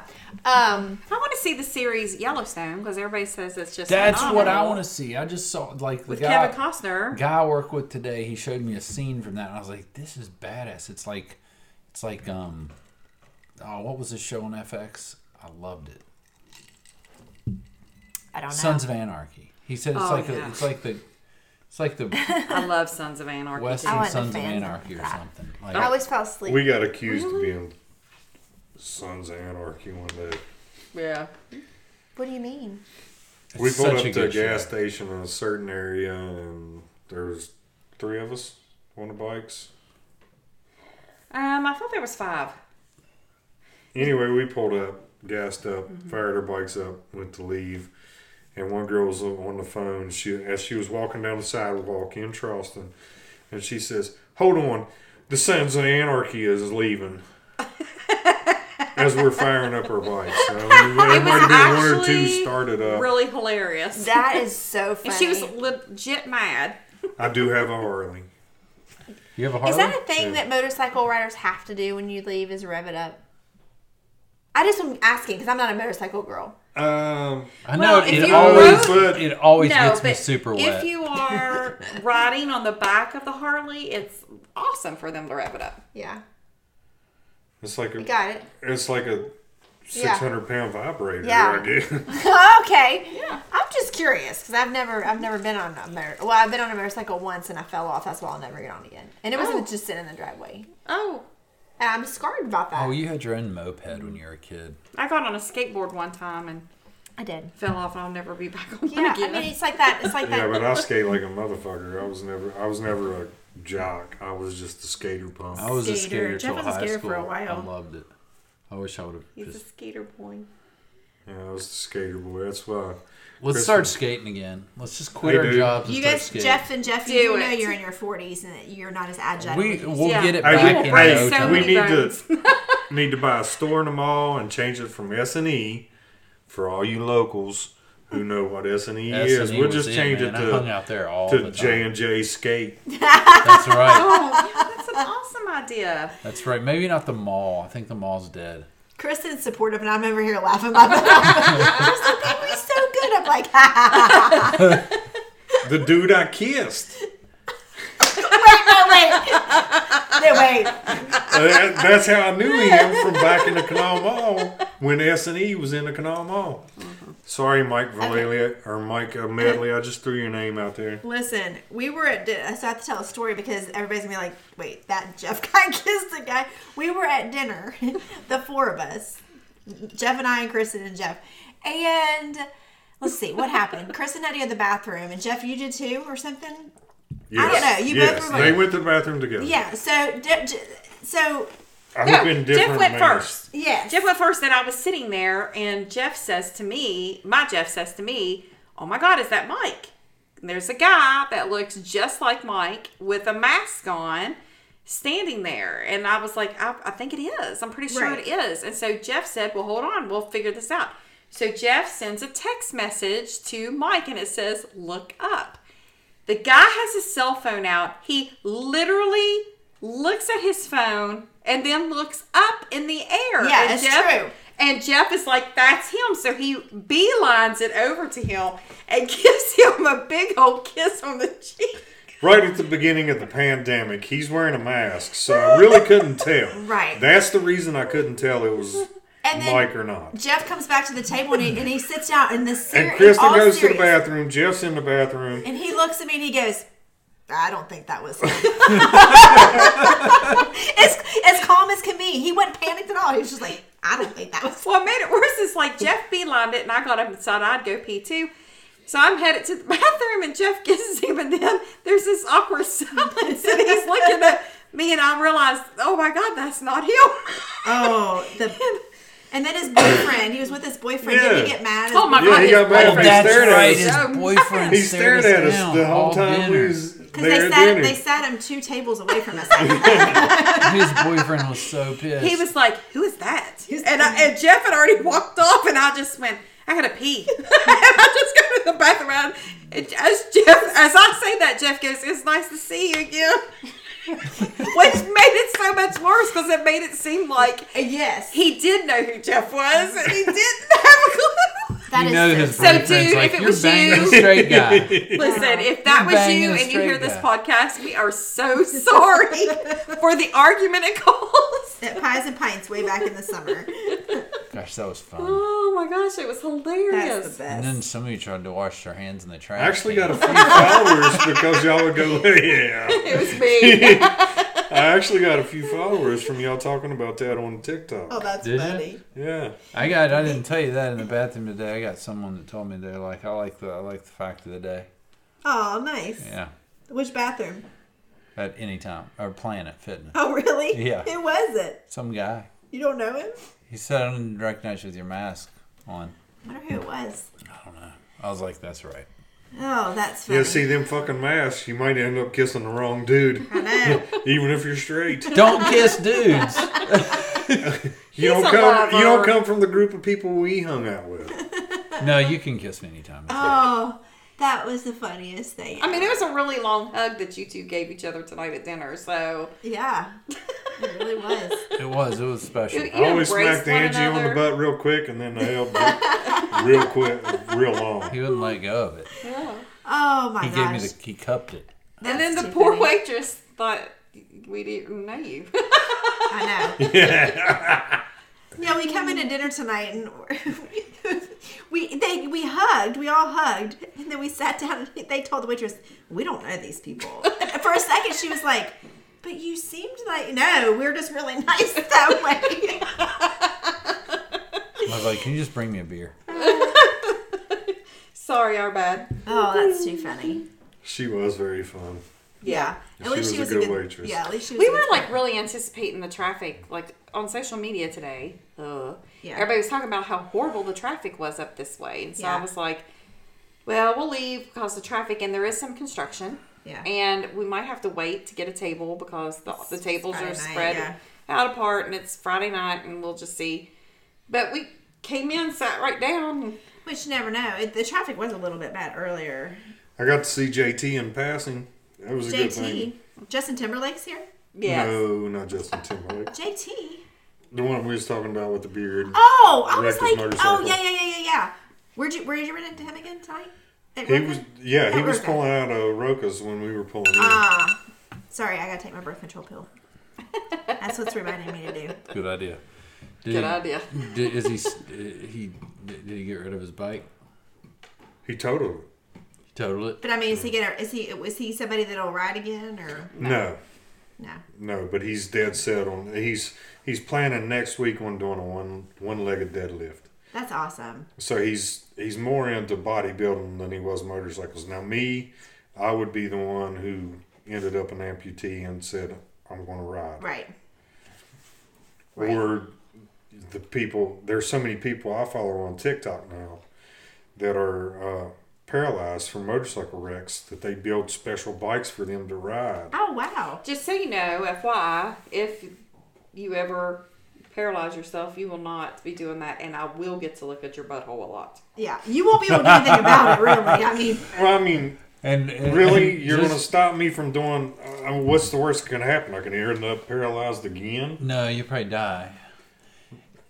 Um, I want to see the series Yellowstone because everybody says it's just. That's what I phenomenal. want to see. I just saw like the With guy Kevin Costner. guy I work with today. He showed me a scene from that, and I was like, "This is badass." It's like, it's like um, oh, what was the show on FX? I loved it. I don't know. Sons of Anarchy. He said it's Oh, like yeah. a, it's like the it's like the I love Sons of Anarchy. Um, I Western wasn't a Sons of fan of Anarchy or that. something. I Like, always fell asleep. We got accused of being sons of anarchy one day. too. Yeah. what do you mean? it's We pulled such up a to a good gas show. station in a certain area, and there was three of us on the bikes. Um, I thought there was five. Anyway, we pulled up, gassed up, fired our bikes up, went to leave, and one girl was on the phone. She as she was walking down the sidewalk in Charleston, and she says, "Hold on, the Sons of Anarchy is leaving." as we're firing up our bikes, so there It might was have been one or two actually started up. Really hilarious. That is so funny. and she was legit mad. I do have a Harley. You have a Is Harley? that a thing that motorcycle riders have to do when you leave? Is rev it up? I just am asking because I'm not a motorcycle girl. Um, I know Well, if it you always rode- it always no, gets me but super if wet. you are riding on the back of the Harley, it's awesome for them to wrap it up. Yeah, it's like you a got it. it's like a six hundred pound vibrator. Yeah. I guess. okay. Yeah. I'm just curious because I've never, I've never been on a motor. Well, I've been on a motorcycle once and I fell off. That's why I'll never get on again. And it was Oh. just sitting in the driveway, Oh, and I'm scarred about that. oh, you had your own moped when you were a kid. I got on a skateboard one time and I did. fell off, and I'll never be back on one Yeah, I again. mean it's like that. It's like Yeah, that. but I skate like a motherfucker. I was never, I was never a jock. I was just a skater punk. I was Skater. a skater Jeff till was a high skater school. for a while. I loved it. I wish I would have He's a just. skater boy. yeah, I was the skater boy. That's why. Let's Kristen. start skating again. Let's just quit Hey, our dude. jobs and You start guys, skating. Jeff and Jeff, Do you know it. you're in your 40s and that you're not as agile. we as you we'll Yeah. get it Hey, back we- in hey, no so time. we many need bones. to need to buy a store in the mall and change it from S and E for all you locals who know what S and E S&E is. We'll was just it, change it man. I hung to out there all the to time. J and J Skate. That's right. Oh, yeah, that's an awesome idea. That's right. Maybe not the mall. I think the mall's dead. Kristen's supportive, and I'm over here laughing my butt off. Kristen think we're so good. I'm like, ha, ha, ha. The dude I kissed. wait, no, wait. No, wait. That- that's Mm-hmm. how I knew him from back in the Canal Mall when S and E was in the Canal Mall. Sorry, Mike Valelia or Mike uh, Medley. I just threw your name out there. Listen, we were at dinner. So I have to tell a story because everybody's gonna be like, "Wait, that Jeff guy kissed the guy." We were at dinner, the four of us, Jeff and I, and Kristen and Jeff, and let's see what happened. Kristen had to go to the bathroom, and Jeff, you did too, or something. don't know. You yes, both were- they went to the bathroom together. Yeah. So, d- d- so I No, hope in Jeff different went manners. first. yes. Jeff went first, and I was sitting there, and Jeff says to me, my Jeff says to me, "Oh my God, is that Mike?" And there's a guy that looks just like Mike with a mask on, standing there, and I was like, "I, I think it is. I'm pretty sure Right. it is." And so Jeff said, "Well, hold on, we'll figure this out." So Jeff sends a text message to Mike, and it says, "Look up." The guy has his cell phone out. He literally looks at his phone and then looks up in the air. Yeah, and it's true. And Jeff is like, that's him. So he beelines it over to him and gives him a big old kiss on the cheek. Right at the beginning of the pandemic, he's wearing a mask, so I really couldn't tell. Right. That's the reason I couldn't tell it was And then- Mike or not. Jeff comes back to the table and he, and he sits down and this And serious. Kristen goes to serious, the bathroom. Jeff's in the bathroom. And he looks at me and he goes, I don't think that was him. as, as calm as can be. He wasn't panicked at all. He was just like, I don't think that was Well, I made it worse. It's like Jeff beelined it, and I got up and said I'd go pee too. So I'm headed to the bathroom, and Jeff kisses him, and then there's this awkward silence, and he's looking at me, and I realized, oh my God, that's not him. Oh, the. And then his boyfriend, he was with his boyfriend. Did Yeah. he get mad? Oh my Yeah, God, he his got mad. boyfriend. He stared at His boyfriend us. us. He stared at us down the whole all time we dinner. was Because they there at sat, they dinner. sat him two tables away from us. His boyfriend was so pissed. He was like, "Who is that?" and I, and Jeff had already walked off, and I just went, "I gotta pee," and I just go to the bathroom. And it- as Jeff, as I say that, Jeff goes, "It's nice to see you again," which made it so much worse because it made it seem like yes. he did know who Jeff was, and he didn't have a clue. that you is know his so- So, boyfriend's dude, like, if it you're was banging you- a straight guy. Listen, if that You're was banging you a and you hear straight this guy. podcast, we are so sorry for the argument it caused. at Pies and Pints way back in the summer. Gosh, that was fun. Oh my gosh, it was hilarious. That's the And then best. somebody tried to wash their hands in the trash. I actually can. got a few followers because y'all would go, yeah. It was me. I actually got a few followers from y'all talking about that on TikTok. Oh, that's Did you? funny. Yeah. I got. I didn't tell you that in the bathroom today. I got someone that told me they're like, I like the, I like the fact of the day. Oh, nice. Yeah, Which bathroom? at any time or Planet Fitness. Oh, really? Yeah. Who was it? Some guy. You don't know him? He said, "I didn't recognize you with your mask on." I wonder who it was. I was like, "That's right." Oh, that's funny. Yeah, see them fucking masks, you might end up kissing the wrong dude, I know. even if you're straight. Don't kiss dudes. You don't a come. You don't lover. come from the group of people we hung out with. No, you can kiss me anytime. Oh, that was the funniest thing. I mean, it was a really long hug that you two gave each other tonight at dinner. So yeah, it really was. It was. It was special. You- I always embraced smacked one Angie on the another. butt real quick, and then I held her real quick, real long. He wouldn't let go of it. Oh my He gave gosh. me the. He cupped it. and That's then the too poor funny. waitress thought we didn't know you. I know. yeah, we come into dinner tonight and we they we hugged. We all hugged, and then we sat down. and They told the waitress, "We don't know these people." And for a second, she was like. But you seemed like no, we're just really nice that way. I was like, "Can you just bring me a beer?" Sorry, our bad. oh, that's too funny. She was very fun. Yeah, at She least was she a was good waitress. Yeah, at least she was. We a were good- like really anticipating the traffic, like on social media today. Ugh. Yeah. Everybody was talking about how horrible the traffic was up this way, and so Yeah. I was like, "Well, we'll leave because the traffic, and there is some construction, Yeah. and we might have to wait to get a table because the, the tables Friday are night, spread yeah. out apart, and it's Friday night, and we'll just see." But we came in, sat right down. and Which you never know. It, the traffic was a little bit bad earlier. I got to see JT in passing. That was a good JT, thing. Justin Timberlake's here. Yes. No, not Justin Timberlake. JT. The one we was talking about with the beard. Oh, I was Wrecked his like, oh motorcycle. yeah, yeah, yeah, yeah, yeah. Where'd you where did you run into him again tonight? At He Roca? was yeah, he At was Roca. pulling out of Roca's when we were pulling in. Ah, sorry, I gotta take my birth control pill. That's what's reminding me to do. Good idea. Did Good he- idea. Did, is he? s- uh, He did did he get rid of his bike? He totaled it. Total it. But I mean, is he gonna? Is he? Was he somebody that'll ride again or No, no? no, but he's dead set on. He's he's planning next week on doing a one one legged deadlift. That's awesome. So he's he's more into bodybuilding than he was motorcycles. Now me, I would be the one who ended up an amputee and said I'm going to ride. Right. Or the people. There's so many people I follow on TikTok now that are uh, paralyzed from motorcycle wrecks that they build special bikes for them to ride. Oh wow. Just so you know, FYI, if you ever paralyze yourself, you will not be doing that, and I will get to look at your butthole a lot. Yeah. You won't be able to do anything about it, really. I mean, Well, I mean, And, and- Really? and You're going to just- stop me from doing. I mean, what's the worst that can happen? I can end up paralyzed again? No, you probably die.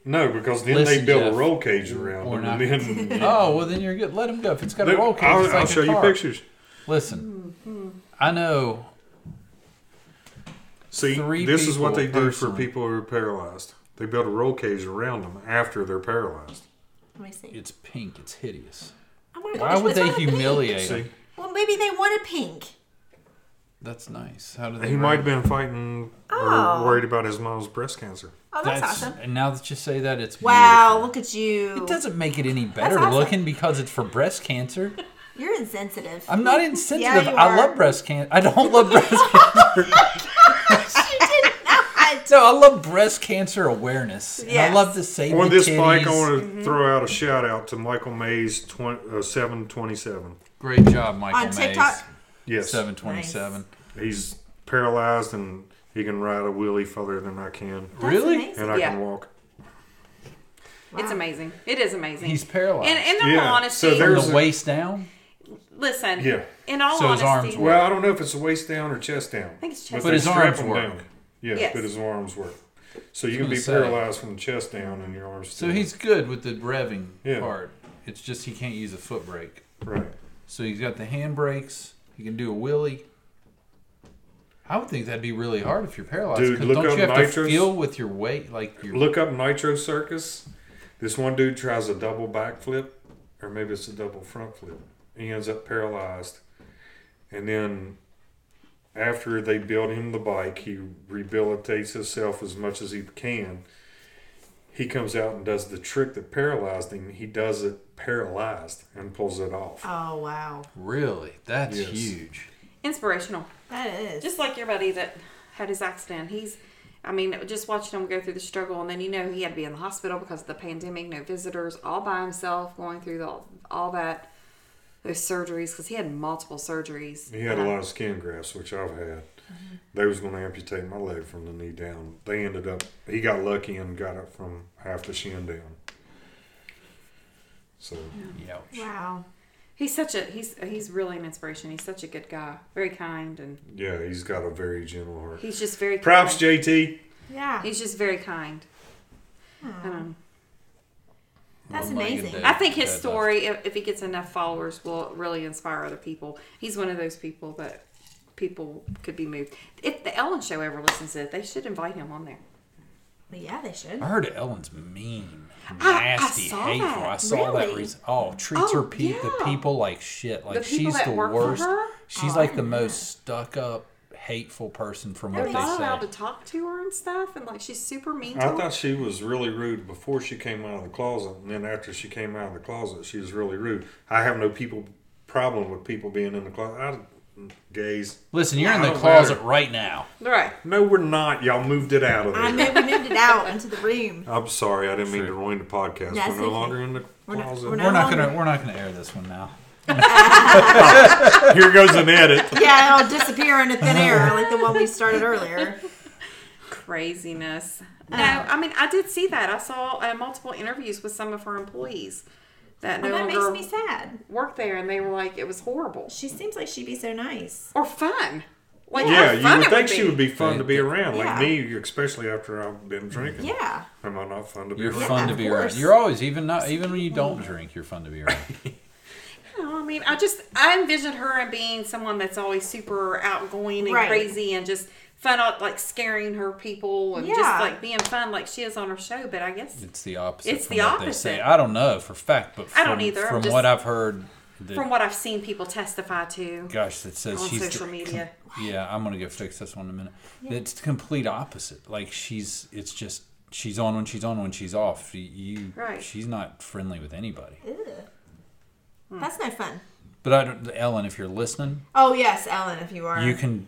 No, because then they Listen, build Jeff, a roll cage around we're them. not- And then, Oh well, then you're good. Let him go. If it's got a roll cage, I'll, it's like I'll a show you car. pictures. Listen, Mm-hmm. I know. See, Three this is what they people do personally. for people who are paralyzed. They build a roll cage around them after they're paralyzed. let me see. It's pink. It's hideous. I wonder- Why would it's they not a pink. humiliate See, him? Well, maybe they wanted pink. That's nice. How do they? he might have been fighting Oh. or worried about his mom's breast cancer. Oh, that's, That's, awesome. And now that you say that, it's Wow, beautiful. look at you. It doesn't make it any better awesome. looking because it's for breast cancer. You're insensitive. I'm not insensitive. you I are. love breast cancer. I don't love breast cancer. you did not. No, I love breast cancer awareness. And I Yes. love to save the On this bike, I titties. want to Mm-hmm. throw out a shout out to Michael Mays, 20, uh, 727. Great job, Michael On TikTok? Yes. Seven twenty-seven. he's paralyzed and he can ride a wheelie further than I can, That's Really? amazing. and I Yeah. can walk. It's Wow. amazing. It is amazing. He's paralyzed. and, and in all Yeah, so honesty, From there's the a- waist down. listen. Yeah. In all So his honesty, arms were- Well, I don't know if it's waist down or chest down. I think it's chest But his arms work. Yeah, Yes. but his arms work. So you can gonna be say. paralyzed from the chest down and your arms. So down. he's good with the revving Yeah. part. It's just he can't use a foot brake. right. So he's got the hand brakes. He can do a wheelie. I would think that'd be really hard if you're paralyzed. Dude, 'cause look don't you up have to nitros. feel with your weight, like your Look up Nitro Circus. This one dude tries a double backflip, or maybe it's a double front flip. He ends up paralyzed, and then after they build him the bike, he rehabilitates himself as much as he can. He comes out and does the trick that paralyzed him. He does it paralyzed and pulls it off. Oh wow, really. That's Yes. huge. inspirational. that is. Just like your buddy that had his accident. He's, I mean, just watching him go through the struggle, and then you know he had to be in the hospital because of the pandemic, no visitors, all by himself, going through the, all that, those surgeries because he had multiple surgeries. He had a And I- lot of skin grafts, which I've had. They was going to amputate my leg from the knee down. They ended up. He got lucky and got it from half the shin down. So Ouch. wow. He's such a he's he's really an inspiration. He's such a good guy, very kind, and yeah, he's got a very gentle heart. he's just very. Props, kind. JT. Yeah, He's just very kind. Hmm. Um, that's One-legged amazing. day. I think his Deadlift. story, if, if he gets enough followers, will really inspire other people. He's one of those people that people could be moved. If the Ellen Show ever listens to it, they should invite him on there. But yeah, they should. I heard Ellen's mean, I nasty, saw hateful. that. I saw that. Really? Reason. Oh, treats Oh, her pe- the yeah. people like shit. Like The people she's that the work for worst. her? She's Oh, I like the didn't know most stuck up, hateful person from They're what not allowed they to say. talk to her and stuff, and like she's super mean to I her. thought she was really rude before she came out of the closet, and then after she came out of the closet, she was really rude. I have no people problem with people being in the closet. I, mm, gays. Listen, you're in I the don't closet matter. right now. right. No, we're not. Y'all moved it out of there. I know we moved it out into the room. I'm sorry, I didn't mean to ruin the podcast. That's we're no okay. longer in the We're not- closet. we're We're not longer. gonna. We're not gonna air this one now. Here goes an edit. Yeah, it'll disappear into thin air like the one we started earlier. Craziness. Uh. No, I mean I did see that. I saw uh, multiple interviews with some of her employees that no Well, Oh, that longer makes me sad. work there, and they were like, it was horrible She seems like she'd be so nice. or fun. Like how Yeah, fun you would it think she would be fun to be Yeah. around, like Yeah. me, especially after I've been drinking. Yeah. Am I not fun to be You're around? fun of to be course. around. You're always even not even when you don't drink. You're fun to be around. No, Oh, I mean, I just I envision her and being someone that's always super outgoing and Right. crazy and just fun out like scaring her people and Yeah. just like being fun like she is on her show. But I guess It's the opposite. It's from the what They say. opposite. I don't know for a fact, but I from, don't either. I'm from just- what I've heard that- from what I've seen people testify to gosh that says on she's social the- media. yeah i'm gonna go fix this one in a minute it's the complete opposite like she's it's just she's on when she's on when she's off you, you Right. she's not friendly with anybody That's no fun. but i don't ellen if you're listening Hmm. Oh yes, Ellen, if you are. you can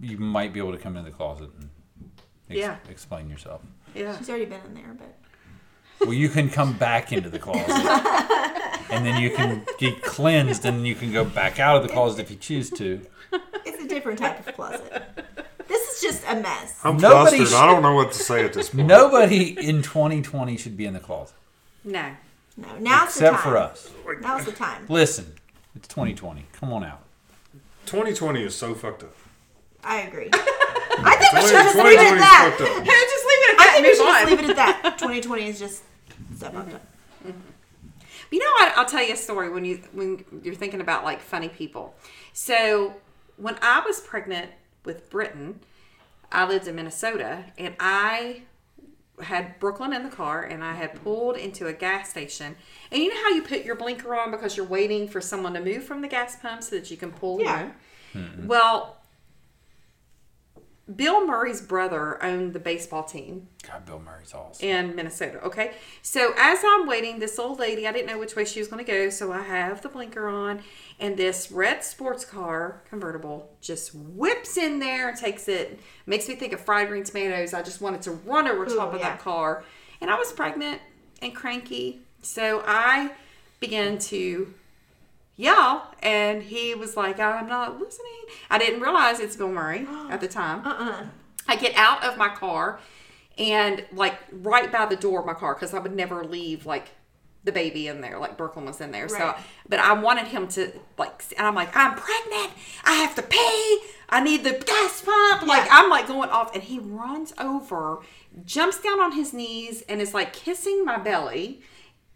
you might be able to come into the closet and ex- Yeah. explain yourself Yeah. She's already been in there, but well you can come back into the closet and then you can get cleansed and you can go back out of the closet if you choose to it's a different type of closet. This is just a mess. I'm Nobody flustered. should- I don't know what to say at this point. nobody in 2020 should be in the closet No. No, now's except the time. for us Now's the time. listen it's 2020 come on out 2020 is so fucked up. I agree. I think we should just leave 2020 it at is that. fucked up. just leave it at I think we should just leave it at that. 2020 is just so fucked up. You know, I, I'll tell you a story when you when you're thinking about like funny people. So when I was pregnant with Britton, I lived in Minnesota, and I had Brooklyn in the car, and I had pulled into a gas station. And you know how you put your blinker on because you're waiting for someone to move from the gas pump so that you can pull Yeah. in. Well, Bill Murray's brother owned the baseball team god bill murray's awesome in Minnesota. Okay. So as I'm waiting, this old lady, I didn't know which way she was going to go. So I have the blinker on, and this red sports car convertible just whips in there and takes it. Makes me think of fried green tomatoes. I just wanted to run over top of yeah. that car. And I was pregnant and cranky. So I began to yell, and he was like, I'm not listening. I didn't realize it's Bill Murray at the time. Mm-hmm. Uh-huh. I get out of my car and like right by the door of my car because I would never leave like the baby in there, like Brooklyn was in there. So, Right. but I wanted him to like, s- and I'm like, I'm pregnant. I have to pee. I need the gas pump. Like, Yeah. I'm like going off, and he runs over, jumps down on his knees, and is like kissing my belly.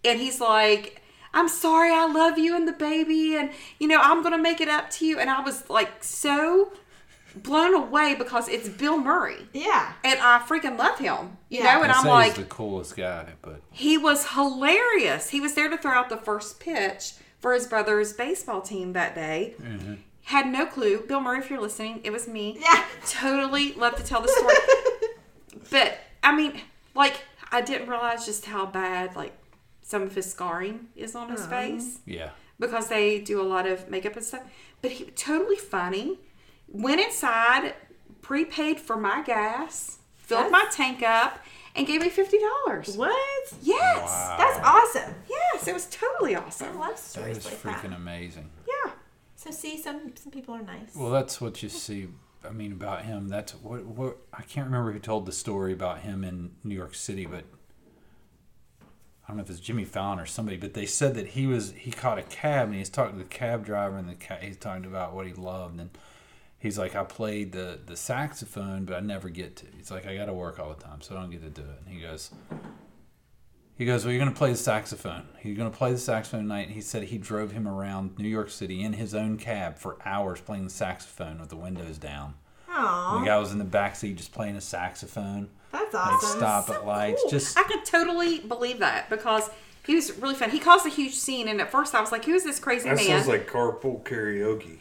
And he's like, I'm sorry, I love you and the baby, and you know, I'm gonna make it up to you. And I was like, so blown away because it's Bill Murray. Yeah. And I freaking love him. You Yeah. know, and They I'm say like, he's the coolest guy but he was hilarious. He was there to throw out the first pitch for his brother's baseball team that day. Had no clue. Bill Murray, if you're listening, it was me. Yeah. Totally love to tell the story. but I mean, like, I didn't realize just how bad, like, some of his scarring is on Uh-huh. his face yeah because they do a lot of makeup and stuff. But he totally funny. Went inside, prepaid for my gas, filled my tank up, and gave me fifty dollars. What? Yes, Wow. That's awesome. yes, it was totally I awesome. love that stories is like freaking that. amazing Yeah, So see, some some people are nice. Well, that's what you see. I mean, about him. That's what. What I can't remember who told the story about him in New York City, but I don't know if it's Jimmy Fallon or somebody. But they said that he was he caught a cab and he's talking to the cab driver and the ca- he's talking about what he loved and he's like, I played the the saxophone, but I never get to. He's like, I got to work all the time, so I don't get to do it. And he goes. He goes, Well, you're going to play the saxophone. He's going to play the saxophone tonight. And he said he drove him around New York City in his own cab for hours playing the saxophone with the windows down. Aw, The guy was in the backseat just playing a saxophone. that's Like, awesome. stop at lights. Just, I could totally believe that because he was really fun. He caused a huge scene, and at first I was like, "Who is this crazy That man?" sounds like carpool karaoke.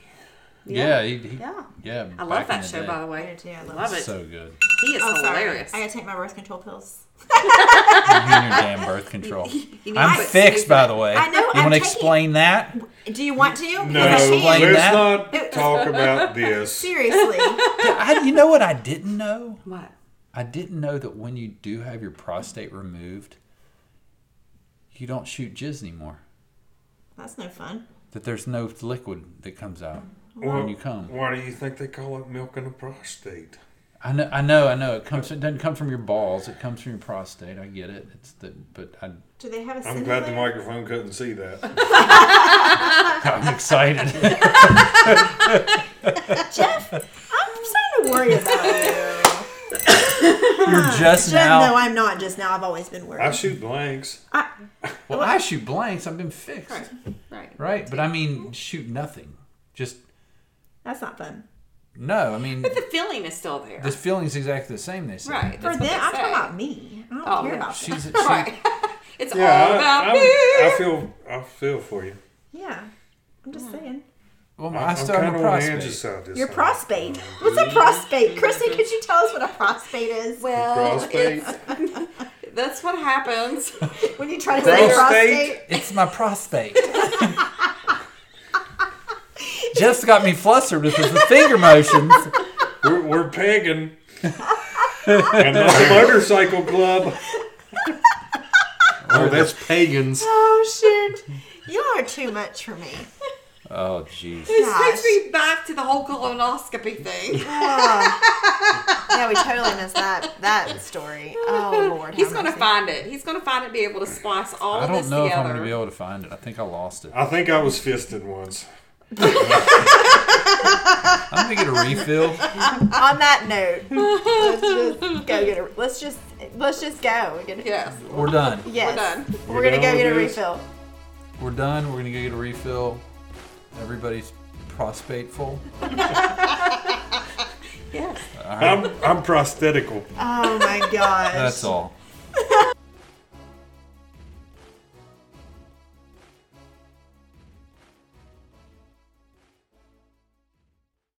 yeah. he, he, yeah, yeah. I love that show by the I way. do too. I love, Love it. it. So good. he is Oh, sorry. hilarious. I gotta take my birth control pills. You and your damn birth control. You know, I'm but- fixed, by the way. I know, You I'm want to taking- explain that? Do you want to? No, Because I explain can. let's that? not talk about this. Seriously. I, you know what I didn't know? What? I didn't know that when you do have your prostate removed, you don't shoot jizz anymore. That's no fun. That there's no liquid that comes out Well, when you come. Why do you think they call it milking the prostate? I know, I know, I know. It comes. It doesn't come from your balls. It comes from your prostate. I get it. It's the. But I, Do they have a I'm sitting glad the there? microphone couldn't see that. I'm excited. I'm starting to worry about you. You're just Just, now. No, I'm not just now. I've always been worried. I shoot blanks. well, I shoot blanks. I've been fixed, right? Right. Right. But I mean, shoot nothing. Just That's not fun. no. I mean, The feeling is still there. the feeling's exactly the same. They say. right. For that's what them, they I'm talking say. about me. I don't Oh, care yeah. about them. She's. She, Right. it's all Yeah, about I, me. I, I feel I feel for you. Yeah. I'm just saying. Well, I'm- I I'm started kinda a on the edge of prospect. Mm-hmm. side this Your time. prospate. What's a prospate? Kristen, could you tell us what a prospate is? Well, Prospect. it's- that's what happens. When you try to say Prostate? prostate. It's my prospect. Jeff's got me flustered with his finger motions. We're, we're pegging. and not the motorcycle club. oh, that's pagans. Oh shit. You are too much for me. Oh, jeez. This Gosh. takes me back to the whole colonoscopy thing. Oh. yeah, we totally missed that that story. Oh lord. He's have gonna mercy. find it. He's gonna find it. and Be able to splice all I of don't this know if I'm together. going to be able to find it. I think I lost it. I think I was fisted once. I'm going to get a refill. on that note, let's just go get a. Let's just let's just go. We're gonna, yes, We're done. yes, we're done. We're, We're gonna go done get a with this? refill. We're done. We're going to go get a refill. Everybody's prospateful. Yes. All right. I'm I'm prosthetical. Oh my gosh. That's all.